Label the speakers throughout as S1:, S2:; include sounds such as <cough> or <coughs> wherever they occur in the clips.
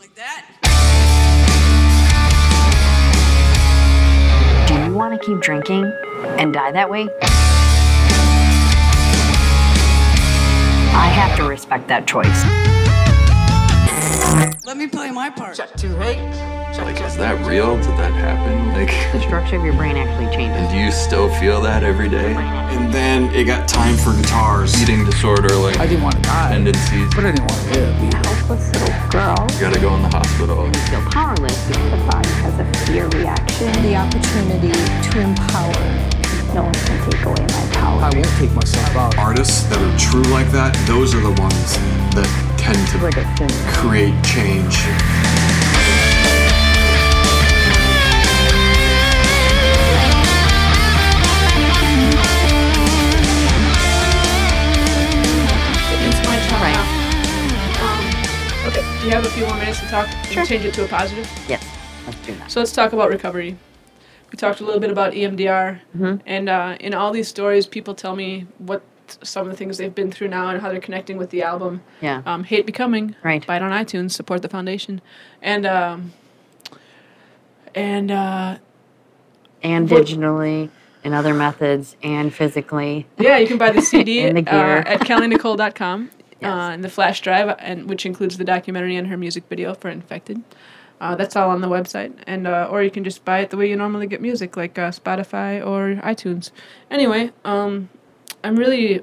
S1: Like that?
S2: Do you want to keep drinking and die that way? I have to respect that choice.
S1: Let me play my part.
S3: Like, is that real? Did that happen? Like, <laughs>
S2: The structure of your brain actually changes.
S3: and do you still feel that every day?
S4: And then it got time for guitars.
S3: Eating disorder, like
S5: I didn't want to die,
S3: tendencies.
S5: but I didn't want to live.
S6: helpless little girl
S3: You gotta go in the hospital.
S2: Feel powerless.
S6: the body has a fear reaction
S7: The opportunity to empower.
S6: no one can take away my
S5: I
S6: power
S5: won't take myself out.
S4: Artists that are true like that, those are the ones that tend to create change.
S8: It's my turn
S2: Right.
S8: now. Um, okay, do you have a few more minutes to talk? Sure. Change it to a positive.
S2: Yes, let's do that.
S8: So let's talk about recovery. We talked a little bit about E EMDR,
S2: Mm-hmm.
S8: and uh, in all these stories, people tell me what some of the things they've been through now and how they're connecting with the album.
S2: Yeah.
S8: Um, Hate Becoming.
S2: Right.
S8: Buy it on iTunes. Support the foundation, and um, and uh,
S2: And
S8: But-
S2: digitally, and other methods, and physically.
S8: yeah, you can buy the
S2: <laughs>
S8: CD
S2: And the gear.
S8: Uh, at kellynicole.com.
S2: <laughs> Yes.
S8: Uh, and the flash drive, and which includes the documentary and her music video for "Infected," uh, that's all on the website. And uh, or you can just buy it the way you normally get music, like uh, Spotify or iTunes. Anyway, um, I'm really,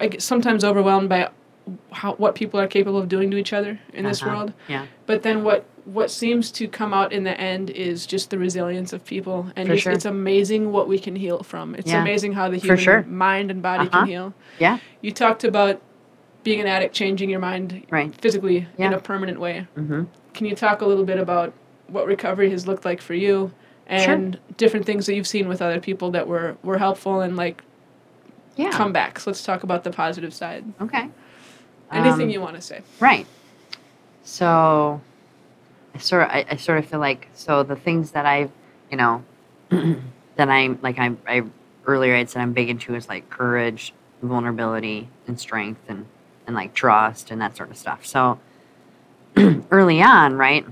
S8: I get sometimes overwhelmed by how what people are capable of doing to each other in this
S2: Uh-huh.
S8: world.
S2: Yeah.
S8: But then what what seems to come out in the end is just the resilience of people, and
S2: For
S8: just,
S2: sure.
S8: it's amazing what we can heal from. It's
S2: Yeah.
S8: amazing how the human
S2: sure.
S8: mind and body
S2: Uh-huh.
S8: can heal.
S2: Yeah.
S8: You talked about being an addict changing your mind
S2: Right.
S8: physically in
S2: Yeah.
S8: a permanent way.
S2: Mhm.
S8: Can you talk a little bit about what recovery has looked like for you and different things that you've seen with other people that were were helpful and like
S2: Yeah.
S8: comebacks? Let's talk about the positive side.
S2: Okay.
S8: Anything
S2: Um,
S8: you want to say.
S2: Right. So I sort of, I, I sort of feel like so the things that I, you know, <clears throat> that I'm like I, I earlier I said I'm big into is like courage, vulnerability, and strength, and and like trust and that sort of stuff. So <clears throat> early on, right,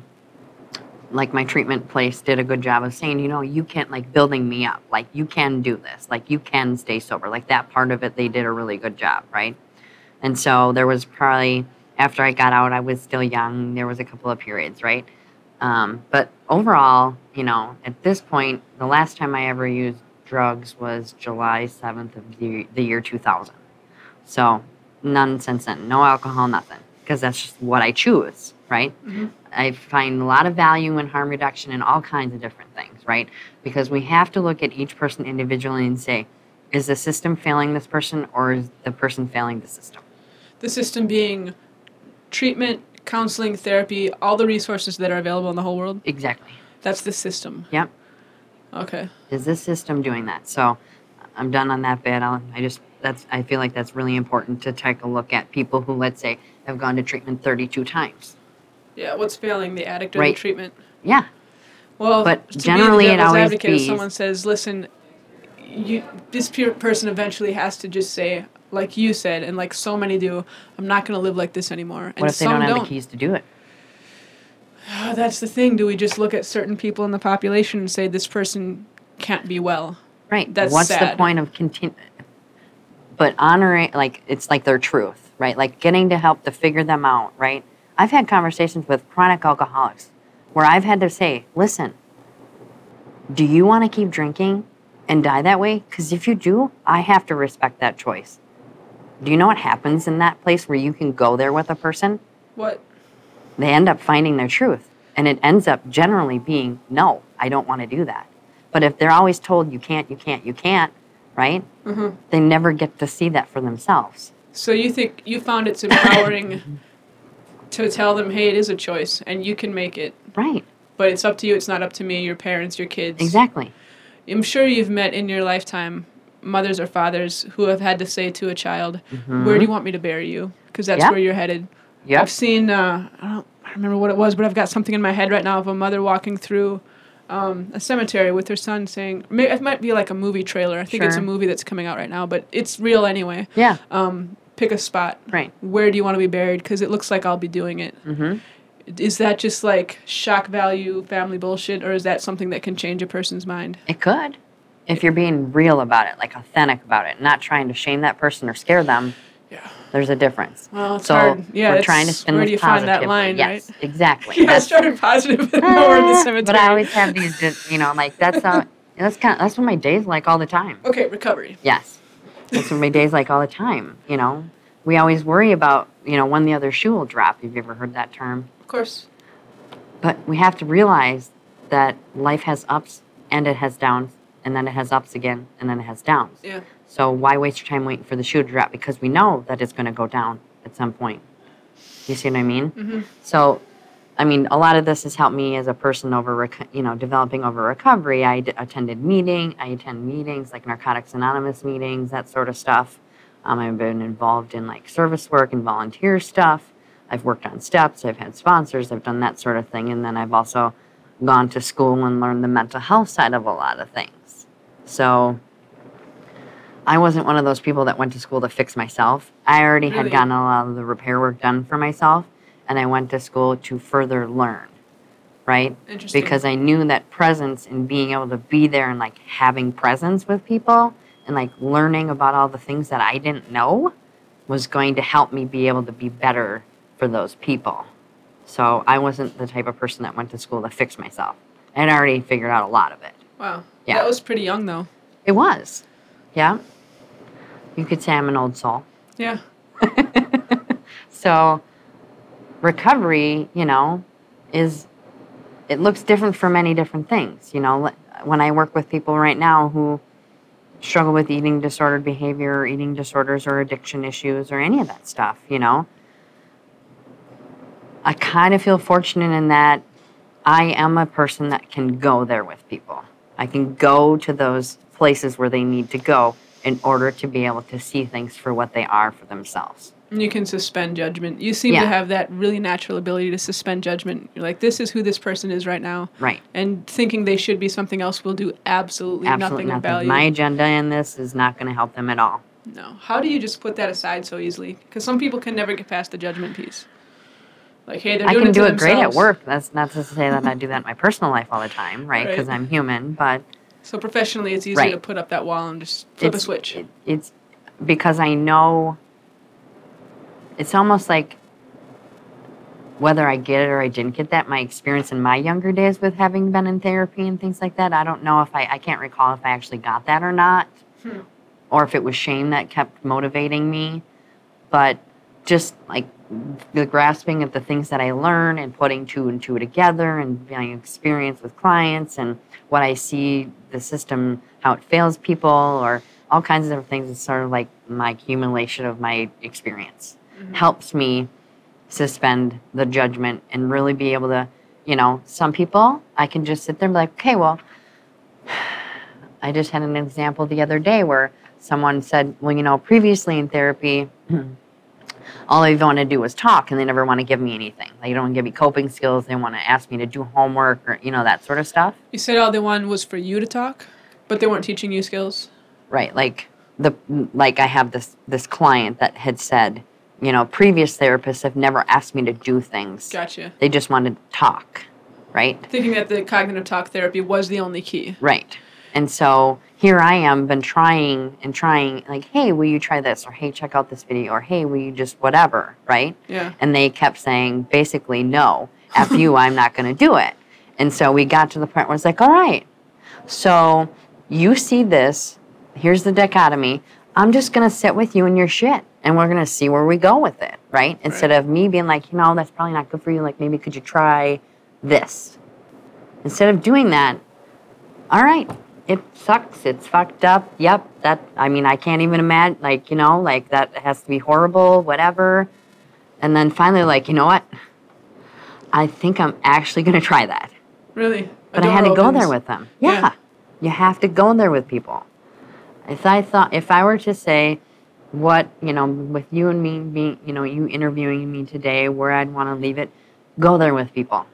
S2: like my treatment place did a good job of saying, you know, you can like building me up, like you can do this, like you can stay sober, like that part of it they did a really good job, right? And so there was probably after I got out, I was still young. There was a couple of periods, right? Um, but overall, you know, at this point, the last time I ever used drugs was July seventh of the, the year two thousand. So none since then. No alcohol, nothing, because that's just what I choose, right? I find a lot of value in harm reduction and all kinds of different things, right? Because we have to look at each person individually and say, is the system failing this person or is the person failing the system?
S8: the system being treatment, counseling, therapy, all the resources that are available in the whole world.
S2: Exactly.
S8: That's the system.
S2: Yep.
S8: Okay.
S2: Is this system doing that? So I'm done on that bit. I'll, I just, that's, I feel like that's really important to take a look at people who, let's say, have gone to treatment 32 times.
S8: Yeah. What's failing? The addict or
S2: Right.
S8: the treatment?
S2: Yeah.
S8: Well,
S2: But
S8: to be the
S2: generally it
S8: devil's
S2: always
S8: advocate, if
S2: be-
S8: someone says, "Listen, you this pe- person eventually has to just say, like you said, and like so many do, I'm not going to live like this anymore." And
S2: What if they
S8: some
S2: don't have the keys to do it?
S8: Oh, that's the thing. Do we just look at certain people in the population and say this person can't be well?
S2: Right.
S8: That's
S2: What's the
S8: sad.
S2: point of continu But honoring, like, it's like their truth, right? Like getting to help to figure them out, right? I've had conversations with chronic alcoholics where I've had to say, listen, do you want to keep drinking and die that way? Because if you do, I have to respect that choice. Do you know what happens in that place where you can go there with a person?
S8: What?
S2: they end up finding their truth. And it ends up generally being, no, I don't want to do that. But if they're always told, you can't, you can't, you can't, right?
S8: Mm-hmm.
S2: They never get to see that for themselves.
S8: So you think you found it's empowering to tell them, hey, it is a choice and you can make it,
S2: Right,
S8: but it's up to you. It's not up to me, your parents, your kids.
S2: exactly.
S8: I'm sure you've met in your lifetime mothers or fathers who have had to say to a child, where do you want me to bury you? Because that's
S2: Mm-hmm. Yeah.
S8: where you're headed.
S2: Yep.
S8: I've seen, uh, I don't I don't remember what it was, but I've got something in my head right now of a mother walking through um, a cemetery with her son saying, may- it might be like a movie trailer. I think it's a
S2: Sure.
S8: movie that's coming out right now, but it's real anyway
S2: Yeah,
S8: um, pick a spot.
S2: Right.
S8: Where do you want to be buried? Because it looks like I'll be doing it.
S2: Mm-hmm.
S8: Is that just like shock value family bullshit, or is that something that can change a person's mind?
S2: It could. If you're being real about it, like authentic about it, not trying to shame that person or scare them,
S8: Yeah.
S2: there's a difference.
S8: Well, it's
S2: so
S8: hard. Yeah,
S2: we're trying to
S8: it's-
S2: spin
S8: where
S2: this
S8: do you find that
S2: positively.
S8: line,
S2: yes, exactly.
S8: <laughs> Yeah, I
S2: That's-
S8: started positive and now we're in the
S2: Ah,
S8: cemetery.
S2: <laughs> But I always have these, di- you know, like that's how that's kind. Of, that's what my days like all the time.
S8: okay, recovery.
S2: Yes, that's what my days like all the time. You know, we always worry about you know when the other shoe will drop. You've ever heard that term?
S8: Of course.
S2: But we have to realize that life has ups and it has downs, and then it has ups again, and then it has downs.
S8: Yeah.
S2: So why waste your time waiting for the shoe to drop? Because we know that it's going to go down at some point. You see what I mean? Mm-hmm. So, I mean, a lot of this has helped me as a person over, reco- you know, developing over recovery. I d- attended meeting. I attend meetings like Narcotics Anonymous meetings, that sort of stuff. Um, I've been involved in like service work and volunteer stuff. I've worked on steps. I've had sponsors. I've done that sort of thing, and then I've also gone to school and learned the mental health side of a lot of things. So I wasn't one of those people that went to school to fix myself. I already
S8: Really?
S2: had gotten a lot of the repair work done for myself, and I went to school to further learn, right?
S8: Interesting.
S2: Because I knew that presence and being able to be there and like having presence with people and like learning about all the things that I didn't know was going to help me be able to be better for those people. So I wasn't the type of person that went to school to fix myself. I had already figured out a lot of it.
S8: Wow.
S2: Yeah.
S8: That was pretty young though.
S2: It was. Yeah. You could say I'm an old soul.
S8: Yeah.
S2: So recovery, you know, is it looks different for many different things. You know, L- when I work with people right now who struggle with eating disordered behavior or eating disorders or addiction issues or any of that stuff, you know, I kind of feel fortunate in that I am a person that can go there with people. I can go to those places where they need to go in order to be able to see things for what they are for themselves.
S8: And You can suspend judgment. You seem
S2: Yeah.
S8: to have that really natural ability to suspend judgment. You're like, this is who this person is right now.
S2: Right.
S8: And thinking they should be something else will do absolutely,
S2: absolutely
S8: nothing, of
S2: nothing.
S8: value.
S2: My agenda in this is not going to help them at all.
S8: no. How do you just put that aside so easily? Because some people can never get past the judgment piece. Like, hey, they're
S2: I
S8: doing
S2: can
S8: it to
S2: do it great at
S8: themselves.
S2: work. That's not to say that I do that in my personal life all the time, right? Because
S8: Right.
S2: I'm human, but
S8: So professionally, it's easy
S2: Right.
S8: to put up that wall and just flip a
S2: it's-
S8: switch.
S2: it- it's because I know it's almost like whether I get it or I didn't get that, my experience in my younger days with having been in therapy and things like that, I don't know if I, I can't recall if I actually got that or not,
S8: Hmm.
S2: or if it was shame that kept motivating me. But just like the grasping of the things that I learn and putting two and two together and my experience with clients and what I see the system, how it fails people, or all kinds of different things, it's sort of like my accumulation of my experience helps me suspend the judgment and really be able to, you know, some people I can just sit there and be like, okay, well, <sighs> I just had an example the other day where someone said, well, you know, previously in therapy, all they want to do is talk and they never want to give me anything. They don't give me coping skills. They want to ask me to do homework or, you know, that sort of stuff.
S8: You said all they wanted was for you to talk, but they weren't teaching you skills.
S2: right like the like i have this this client that had said you know previous therapists have never asked me to do things
S8: Gotcha.
S2: they just wanted to talk right
S8: Thinking that the cognitive talk therapy was the only key.
S2: right and so here i am been trying and trying like hey will you try this or hey check out this video or hey will you just whatever right
S8: Yeah.
S2: and they kept saying basically no f you i'm not going to do it and so we got to the point where it's like all right so you see this here's the dichotomy i'm just going to sit with you and your shit and we're going to see where we go with it right instead of me being like you know that's probably not good for you like maybe could you try this instead of doing that all right it sucks it's fucked up yep that i mean i can't even imagine like you know like that has to be horrible whatever and then finally like you know what i think i'm actually going to try that
S8: Really? A
S2: but i had to
S8: door
S2: go there
S8: opens.
S2: with them
S8: Yeah.
S2: yeah. you have to go there with people if i thought if i were to say what you know with you and me being you know you interviewing me today where i'd want to leave it go there with people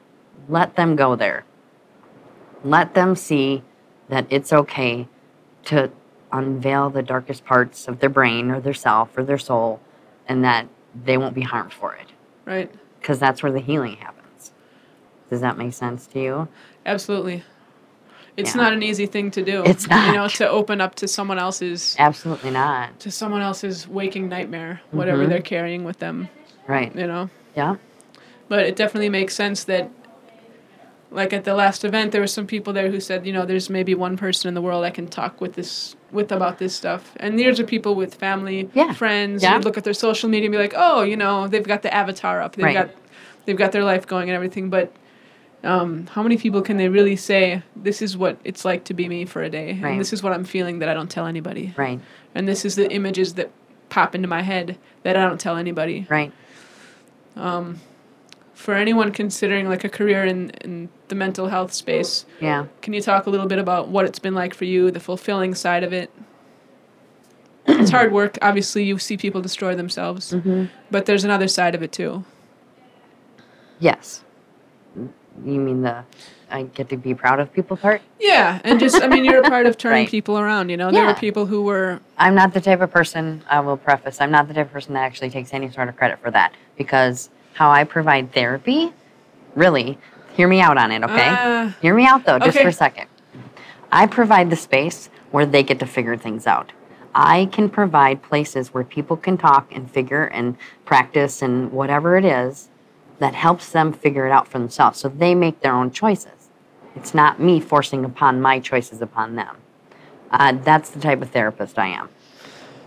S2: let them go there let them see that it's okay to unveil the darkest parts of their brain or their self or their soul and that they won't be harmed for it
S8: right?
S2: because that's where the healing happens. Does that make sense to you?
S8: Absolutely. It's
S2: Yeah.
S8: not an easy thing to do.
S2: <laughs> It's
S8: You
S2: not.
S8: know, to open up to someone else's
S2: Absolutely not.
S8: to someone else's waking nightmare, whatever
S2: Mhm.
S8: they're carrying with them,
S2: Right.
S8: you know.
S2: Yeah.
S8: But it definitely makes sense that like at the last event there were some people there who said, you know, there's maybe one person in the world I can talk with this with about this stuff. And these are people with family,
S2: Yeah.
S8: friends,
S2: Yeah.
S8: you look at their social media and be like, "Oh, you know, they've got the avatar up. They've
S2: Right.
S8: got they've got their life going and everything, but um, how many people can they really say this is what it's like to be me for a day
S2: Right.
S8: and this is what i'm feeling that i don't tell anybody
S2: Right.
S8: and this is the images that pop into my head that I don't tell anybody.
S2: Right.
S8: For anyone considering like a career in, in the mental health space,
S2: Yeah.
S8: can you talk a little bit about what it's been like for you, the fulfilling side of
S2: <clears throat>
S8: it? it's hard work. Obviously, you see people destroy themselves,
S2: Mm-hmm.
S8: but there's another side of it too.
S2: Yes. You mean the I get to be proud of people part?
S8: Yeah, and just I mean, you're
S2: <laughs>
S8: a part of turning
S2: Right.
S8: people around. You know, there were
S2: Yeah.
S8: people who were
S2: I'm not the type of person, I will preface, I'm not the type of person that actually takes any sort of credit for that because how I provide therapy, really, hear me out on it, okay?
S8: Ah.
S2: hear me out though, just
S8: Okay.
S2: for a second. I provide the space where they get to figure things out. I can provide places where people can talk and figure and practice and whatever it is that helps them figure it out for themselves so they make their own choices. It's not me forcing upon my choices upon them. Uh, that's the type of therapist I am.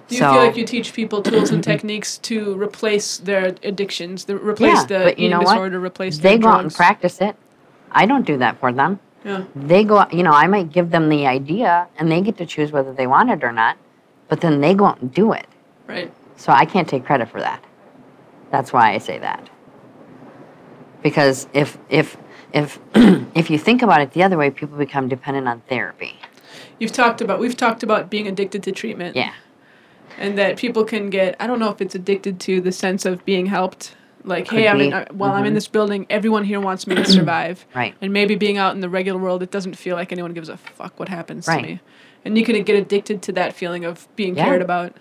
S8: Do you feel like you teach people tools
S2: <clears throat>
S8: and techniques to replace their addictions, the, replace
S2: yeah,
S8: the
S2: but you
S8: eating
S2: know what?
S8: disorder, replace
S2: they
S8: their
S2: go out and
S8: drugs?
S2: practice it. I don't do that for them.
S8: Yeah.
S2: They go, out- you know, I might give them the idea and they get to choose whether they want it or not, but then they go out and do it.
S8: Right.
S2: So I can't take credit for that. That's why I say that. Because if if if <clears throat> if you think about it the other way, people become dependent on therapy.
S8: You've talked about we've talked about being addicted to treatment.
S2: Yeah.
S8: And that people can get I don't know if it's addicted to the sense of being helped. Like, hey, I'm in,
S2: be. Mm-hmm.
S8: uh, while I'm in this building, everyone here wants
S2: <clears throat>
S8: me to survive.
S2: Right.
S8: And maybe being out in the regular world, it doesn't feel like anyone gives a fuck what happens
S2: Right.
S8: to me. And you can get addicted to that feeling of being
S2: Yeah.
S8: cared about.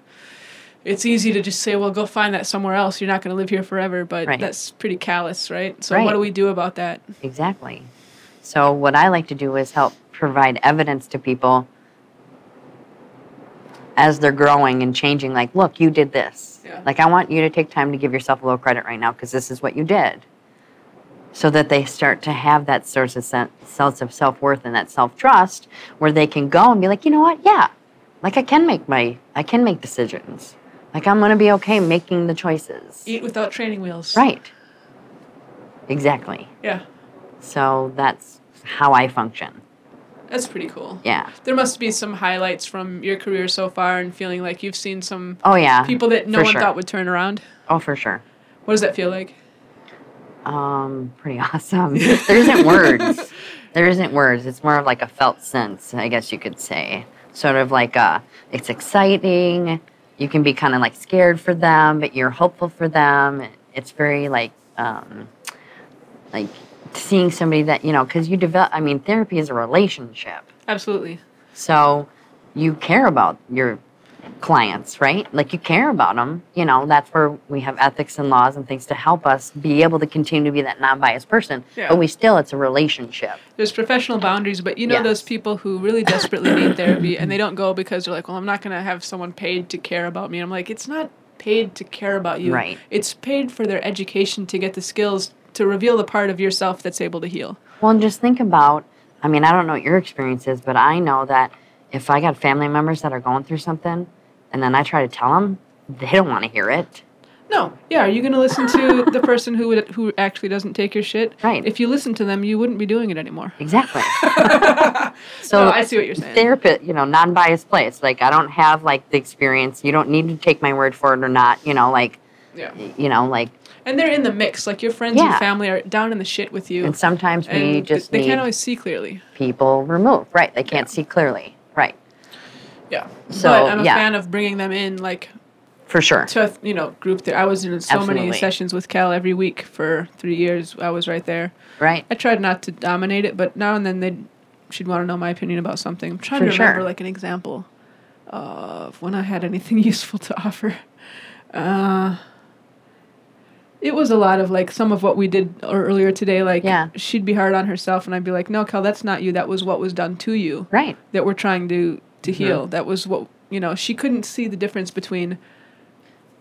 S8: It's easy to just say, well, go find that somewhere else. You're not going to live here forever, but
S2: Right.
S8: that's pretty callous, right? So, what
S2: Right.
S8: do we do about that?
S2: Exactly. So what I like to do is help provide evidence to people as they're growing and changing like, look, you did this.
S8: Yeah.
S2: Like I want you to take time to give yourself a little credit right now because this is what you did. So that they start to have that source of sen- sense of self-worth and that self-trust where they can go and be like, "You know what? Yeah. Like I can make my I can make decisions. Like I'm going to be okay making the choices."
S8: Eat without training wheels.
S2: Right. Exactly.
S8: Yeah.
S2: So that's how I function.
S8: That's pretty cool.
S2: Yeah.
S8: There must be some highlights from your career so far and feeling like you've seen some
S2: Oh yeah.
S8: people that no
S2: for
S8: one
S2: sure.
S8: thought would turn around.
S2: Oh, for sure.
S8: What does that feel like?
S2: Um, pretty <laughs> awesome. there isn't words. There isn't words. It's more of like a felt sense, I guess you could say. Sort of like a, it's exciting. You can be kind of like scared for them, but you're hopeful for them. It's very like, um, like seeing somebody that you know, because you develop. I mean, therapy is a relationship.
S8: Absolutely.
S2: So you care about your clients, right? Like you care about them. You know, that's where we have ethics and laws and things to help us be able to continue to be that non biased person.
S8: Yeah.
S2: But we still, it's a relationship.
S8: There's professional boundaries, but you know
S2: Yes.
S8: those people who really desperately need therapy and they don't go because they're like, well, I'm not going to have someone paid to care about me. I'm like, it's not paid to care about you.
S2: Right.
S8: It's paid for their education to get the skills to reveal the part of yourself that's able to heal.
S2: Well, and just think about I mean, I don't know what your experience is, but I know that if I got family members that are going through something and then I try to tell them, they don't want to hear it.
S8: No. Yeah. Are you going to listen to the person who would, who actually doesn't take your shit?
S2: Right.
S8: If you listen to them, you wouldn't be doing it anymore. <laughs>
S2: Exactly. so
S8: No, I see what you're saying.
S2: therapist, you know, non-biased place. Like I don't have like the experience. You don't need to take my word for it or not. You know, like
S8: Yeah.
S2: you know, like
S8: And they're in the mix. Like your friends and
S2: Yeah.
S8: family are down in the shit with you.
S2: and sometimes
S8: and
S2: we
S8: th-
S2: just
S8: they
S2: need
S8: can't always see clearly.
S2: people removed. Right? They can't see clearly. Right?
S8: Yeah.
S2: So,
S8: but I'm a
S2: yeah.
S8: fan of bringing them in, like
S2: For sure.
S8: to you know group. There, I was in so many
S2: Absolutely.
S8: sessions with Cal every week for three years. I was right there.
S2: Right?
S8: I tried not to dominate it, but now and then they, would she'd want to know my opinion about something. I'm trying
S2: For
S8: to remember
S2: sure.
S8: like an <laughs> example of when I had anything useful to offer. Uh, it was a lot of like some of what we did or earlier today. Like,
S2: Yeah.
S8: she'd be hard on herself, and I'd be like, "No, Kel, that's not you. That was what was done to you
S2: Right.
S8: that we're trying to to heal. That was what you know. She couldn't see the difference between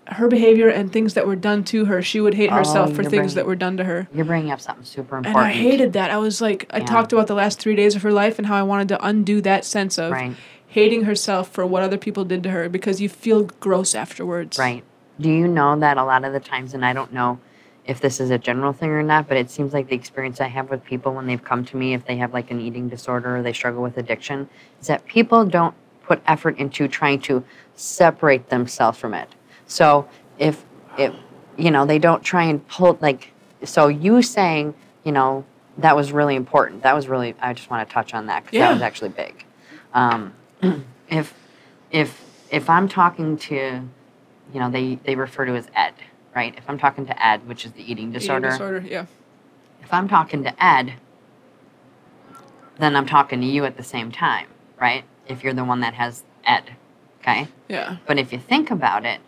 S8: her behavior and things that were done to her. She would hate
S2: Oh,
S8: herself for
S2: you're
S8: things
S2: right.
S8: that were done to her.
S2: You're bringing up something super
S8: And
S2: important.
S8: I hated that. I was like, I
S2: Yeah.
S8: talked about the last three days of her life and how I wanted to undo that sense of
S2: Right.
S8: hating herself for what other people did to her because you feel gross afterwards.
S2: Right. Do you know that a lot of the times, and I don't know if this is a general thing or not, but it seems like the experience I have with people when they've come to me, if they have like an eating disorder or they struggle with addiction, is that people don't put effort into trying to separate themselves from it. So if, if you know, they don't try and pull, like, so you saying, you know, that was really important. That was really, I just want to touch on that because that was
S8: Yeah.
S2: actually big. Um, if if if I'm talking to, you know, they they refer to as Ed, right? If I'm talking to Ed, which is the eating
S8: Eating
S2: disorder,
S8: disorder. Yeah.
S2: if I'm talking to Ed, then I'm talking to you at the same time, right? If you're the one that has Ed, okay?
S8: Yeah.
S2: But if you think about it,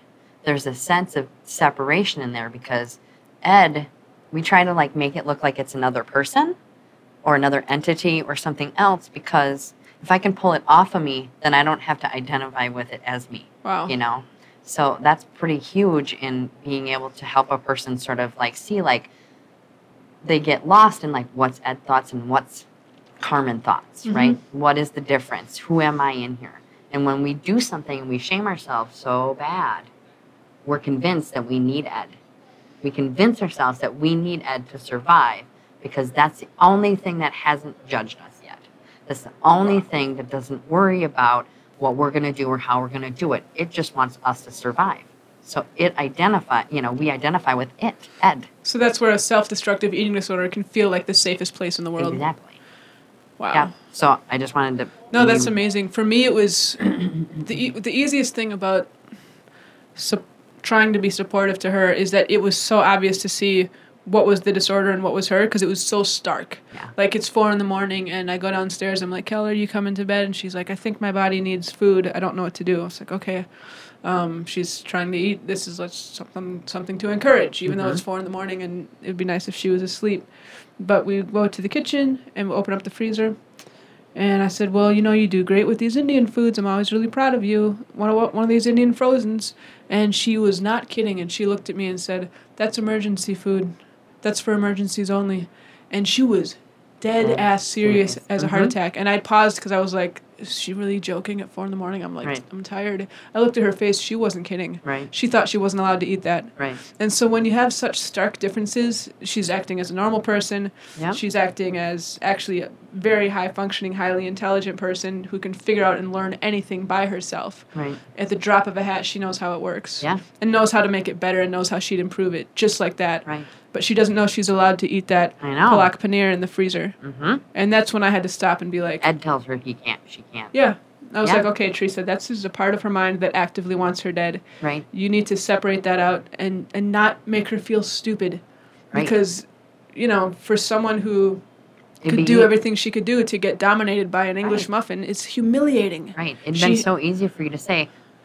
S2: there's a sense of separation in there because Ed, we try to like make it look like it's another person or another entity or something else because if I can pull it off of me, then I don't have to identify with it as me.
S8: Wow.
S2: You know? So that's pretty huge in being able to help a person sort of like see like they get lost in like what's Ed thoughts and what's Carmen thoughts, right? What is the difference? Who am I in here? And when we do something and we shame ourselves so bad, we're convinced that we need Ed. We convince ourselves that we need Ed to survive because that's the only thing that hasn't judged us yet. That's the only thing that doesn't worry about what we're going to do or how we're going to do it. It just wants us to survive. So it identify, you know, we identify with it, Ed.
S8: So that's where a self-destructive eating disorder can feel like the safest place in the world.
S2: Exactly.
S8: Wow.
S2: Yeah. So I just wanted to.
S8: uh, No, that's
S2: you-
S8: amazing. For me, it was the e- the easiest thing about sup- trying to be supportive to her is that it was so obvious to see what was the disorder and what was her because it was so stark.
S2: Yeah.
S8: Like it's four in the morning and I go downstairs. I'm like, Keller, you coming to bed? And she's like, I think my body needs food. I don't know what to do. I was like, okay. Um, she's trying to eat. This is like something something to encourage, even though it's four in the morning and it'd be nice if she was asleep. But we go to the kitchen and we open up the freezer. And I said, "Well, you know, you do great with these Indian foods. I'm always really proud of you. One of one of these Indian frozens." And she was not kidding. And she looked at me and said, "That's emergency food. That's for emergencies only." And she was
S2: Oh,
S8: dead ass serious as a heart
S2: Mm-hmm.
S8: attack. And I paused because I was like, "Is she really joking at four in the morning?" I'm like,
S2: Right.
S8: "I'm tired." I looked at her face. She wasn't kidding.
S2: Right.
S8: She thought she wasn't allowed to eat that.
S2: Right.
S8: And so when you have such stark differences, she's acting as a normal person.
S2: Yeah.
S8: She's acting as actually a very high functioning, highly intelligent person who can figure out and learn anything by herself.
S2: Right.
S8: At the drop of a hat, she knows how it works.
S2: Yeah.
S8: And knows how to make it better and knows how she'd improve it just like that.
S2: Right.
S8: But she doesn't know she's allowed to eat that
S2: I know.
S8: palak paneer in the freezer. Mm-hmm. And that's when I had to stop and be like,
S2: Ed tells her he can't. She can't.
S8: yeah. I was
S2: Yeah.
S8: like, okay, Teresa, that's just a part of her mind that actively wants her dead
S2: Right.
S8: you need to separate that out and and not make her feel stupid
S2: Right.
S8: because you know for someone who
S2: It'd be
S8: could do
S2: ea-
S8: everything she could do to get dominated by an english
S2: Right.
S8: muffin it's humiliating
S2: Right. It'd
S8: She-
S2: been so easy for you to say,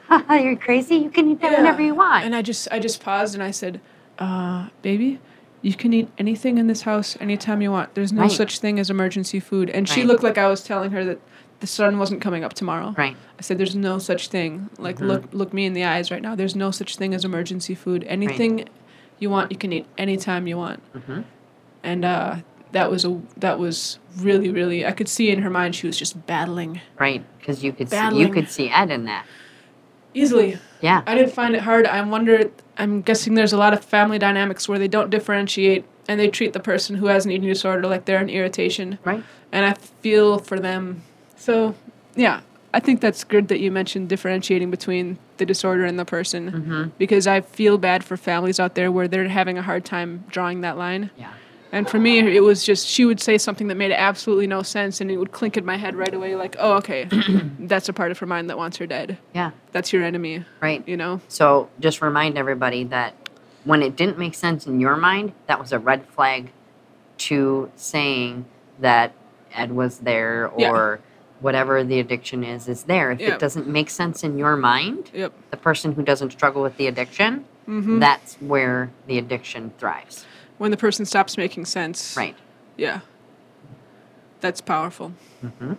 S2: Haha, you're crazy. You can eat that whenever
S8: Yeah.
S2: you want.
S8: and i just i just paused and i said uh baby you can eat anything in this house anytime you want there's no
S2: Right.
S8: such thing as emergency food and she
S2: Right.
S8: looked like i was telling her that the sun wasn't coming up tomorrow
S2: right.
S8: I said, "There's no such thing. Like, look, look me in the eyes right now. There's no such thing as emergency food. Anything you want, you can eat anytime you want." And uh, that was a that was really really. I could see in her mind she was just battling
S2: Right. Because you could see, you
S8: Battling.
S2: could see Ed in that.
S8: easily.
S2: Yeah.
S8: I didn't find it hard. I wonder. I'm guessing there's a lot of family dynamics where they don't differentiate and they treat the person who has an eating disorder like they're an irritation.
S2: right.
S8: and I feel for them. So, yeah, I think that's good that you mentioned differentiating between the disorder and the person
S2: Mm-hmm.
S8: because I feel bad for families out there where they're having a hard time drawing that line.
S2: Yeah.
S8: And for me, it was just she would say something that made absolutely no sense and it would clink in my head right away like,
S2: <coughs>
S8: oh, okay, that's a part of her mind that wants her dead.
S2: Yeah.
S8: That's your enemy,
S2: Right.
S8: you know?
S2: So just remind everybody that when it didn't make sense in your mind, that was a red flag to saying that Ed was there
S8: Yeah.
S2: or whatever the addiction is is there. If
S8: Yeah.
S2: it doesn't make sense in your mind,
S8: Yep.
S2: the person who doesn't struggle with the addiction,
S8: Mm-hmm.
S2: that's where the addiction thrives.
S8: When the person stops making sense.
S2: Right.
S8: Yeah. That's powerful. Mm-hmm.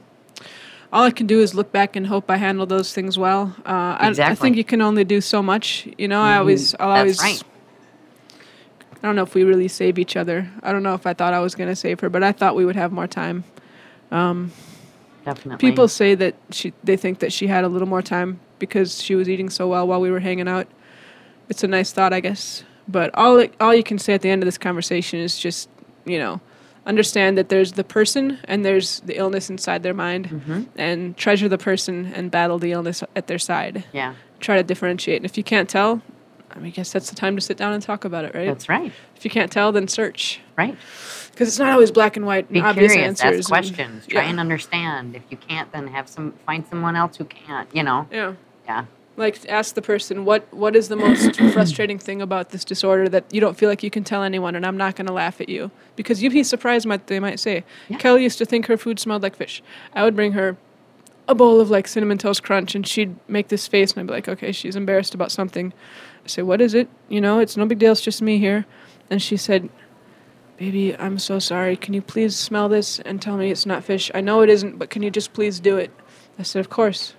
S8: All I can do is look back and hope I handled those things well. Uh, I, I
S2: Exactly. Mm-hmm.
S8: think you can only do so much. You know, I always, I'll always,
S2: That's right.
S8: I don't know if we really save each other. I don't know if I thought I was going to save her, but I thought we would have more time.
S2: Definitely.
S8: People say that she, they think that she had a little more time because she was eating so well while we were hanging out. It's a nice thought, I guess. But all, it- all you can say at the end of this conversation is just, you know, understand that there's the person and there's the illness inside their mind,
S2: Mm-hmm.
S8: and treasure the person and battle the illness at their side.
S2: Yeah.
S8: Try to differentiate, and if you can't tell, I mean, I guess that's the time to sit down and talk about it, right?
S2: That's right.
S8: If you can't tell, then search. <laughs>
S2: Right.
S8: Because it's not always black and white and
S2: Be
S8: obvious
S2: curious.
S8: answers.
S2: Ask
S8: and-
S2: questions. Try
S8: yeah.
S2: and understand. If you can't, then have some find someone else who can't. You know.
S8: Yeah.
S2: Yeah.
S8: Like ask the person what what is
S2: <coughs>
S8: the most frustrating thing about this disorder that you don't feel like you can tell anyone and I'm not going to laugh at you because you'd be surprised what they might say.
S2: Yeah.
S8: Kelly used to think her food smelled like fish. I would bring her a bowl of like cinnamon toast crunch and she'd make this face and I'd be like, "Okay, she's embarrassed about something." I say, "What is it? You know, it's no big deal, it's just me here." And she said, "Baby, I'm so sorry. Can you please smell this and tell me it's not fish? I know it isn't, but can you just please do it?" I said, "Of course."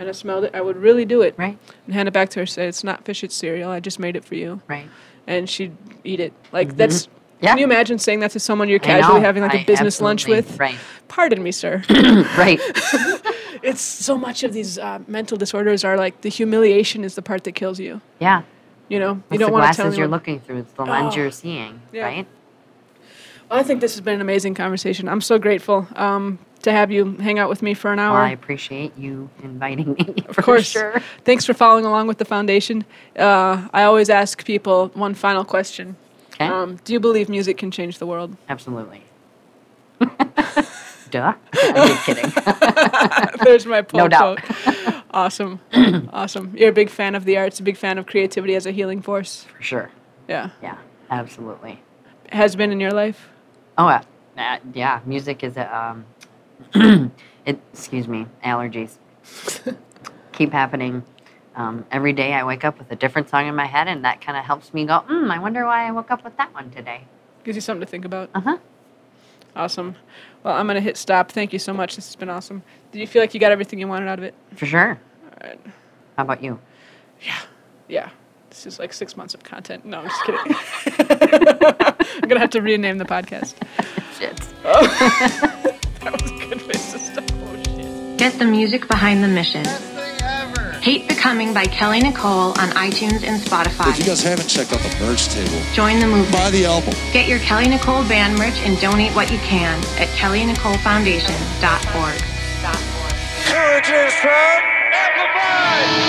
S8: And I smelled it. I would really do it
S2: Right.
S8: and hand it back to her. Say it's not fish, it's cereal. I just made it for you,
S2: Right.
S8: and she'd eat it. Like that's.
S2: Mm-hmm. Yeah.
S8: Can you imagine saying that to someone you're
S2: I
S8: casually
S2: know.
S8: having like a
S2: I
S8: business lunch
S2: absolutely-
S8: with?
S2: Right.
S8: Pardon me, sir. <laughs>
S2: Right.
S8: it's so much of these uh, mental disorders are like the humiliation is the part that kills you.
S2: Yeah.
S8: You know, you
S2: It's
S8: don't
S2: the
S8: want to
S2: glasses
S8: tell anyone.
S2: you're looking through. It's the lens
S8: Oh.
S2: you're seeing.
S8: Yeah.
S2: Right.
S8: I think this has been an amazing conversation. I'm so grateful um, to have you hang out with me for an hour.
S2: Well, I appreciate you inviting me. <laughs>
S8: Of course. <laughs>
S2: Sure.
S8: Thanks for following along with the foundation. Uh, I always ask people one final question.
S2: Okay.
S8: Um, do you believe music can change the world?
S2: Absolutely. <laughs> Duh. I'm just
S8: <laughs>
S2: kidding.
S8: There's my poll
S2: <laughs> No doubt.
S8: quote.
S2: <clears throat>
S8: Awesome. awesome. You're a big fan of the arts, a big fan of creativity as a healing force.
S2: For sure.
S8: Yeah.
S2: Yeah. Absolutely.
S8: Has been in your life?
S2: Oh, uh, uh, yeah. Music is a. Um, <clears throat> it, excuse me.
S8: <laughs>
S2: Allergies keep happening. Um, every day I wake up with a different song in my head, and that kind of helps me go, mm, I wonder why I woke up with that one today.
S8: Gives you something to think about.
S2: Uh huh.
S8: Awesome. Well, I'm going to hit stop. Thank you so much. This has been awesome. Do you feel like you got everything you wanted out of it?
S2: For sure.
S8: All right.
S2: How about you?
S8: Yeah. This is like six months of content. No, I'm just
S2: <laughs>
S8: kidding. <laughs> I'm going to have to rename the podcast. <laughs>
S2: Shit.
S8: That was a good place to stop. Oh, shit.
S1: Get the music behind the mission. Hate Becoming by Kelly Nicole on iTunes and Spotify.
S9: If you guys haven't checked out the merch table,
S1: Join the movement.
S9: buy the album.
S1: Get your Kelly Nicole band merch and donate what you can at kellynicolefoundation.org.
S9: Courage is strong. Amplified.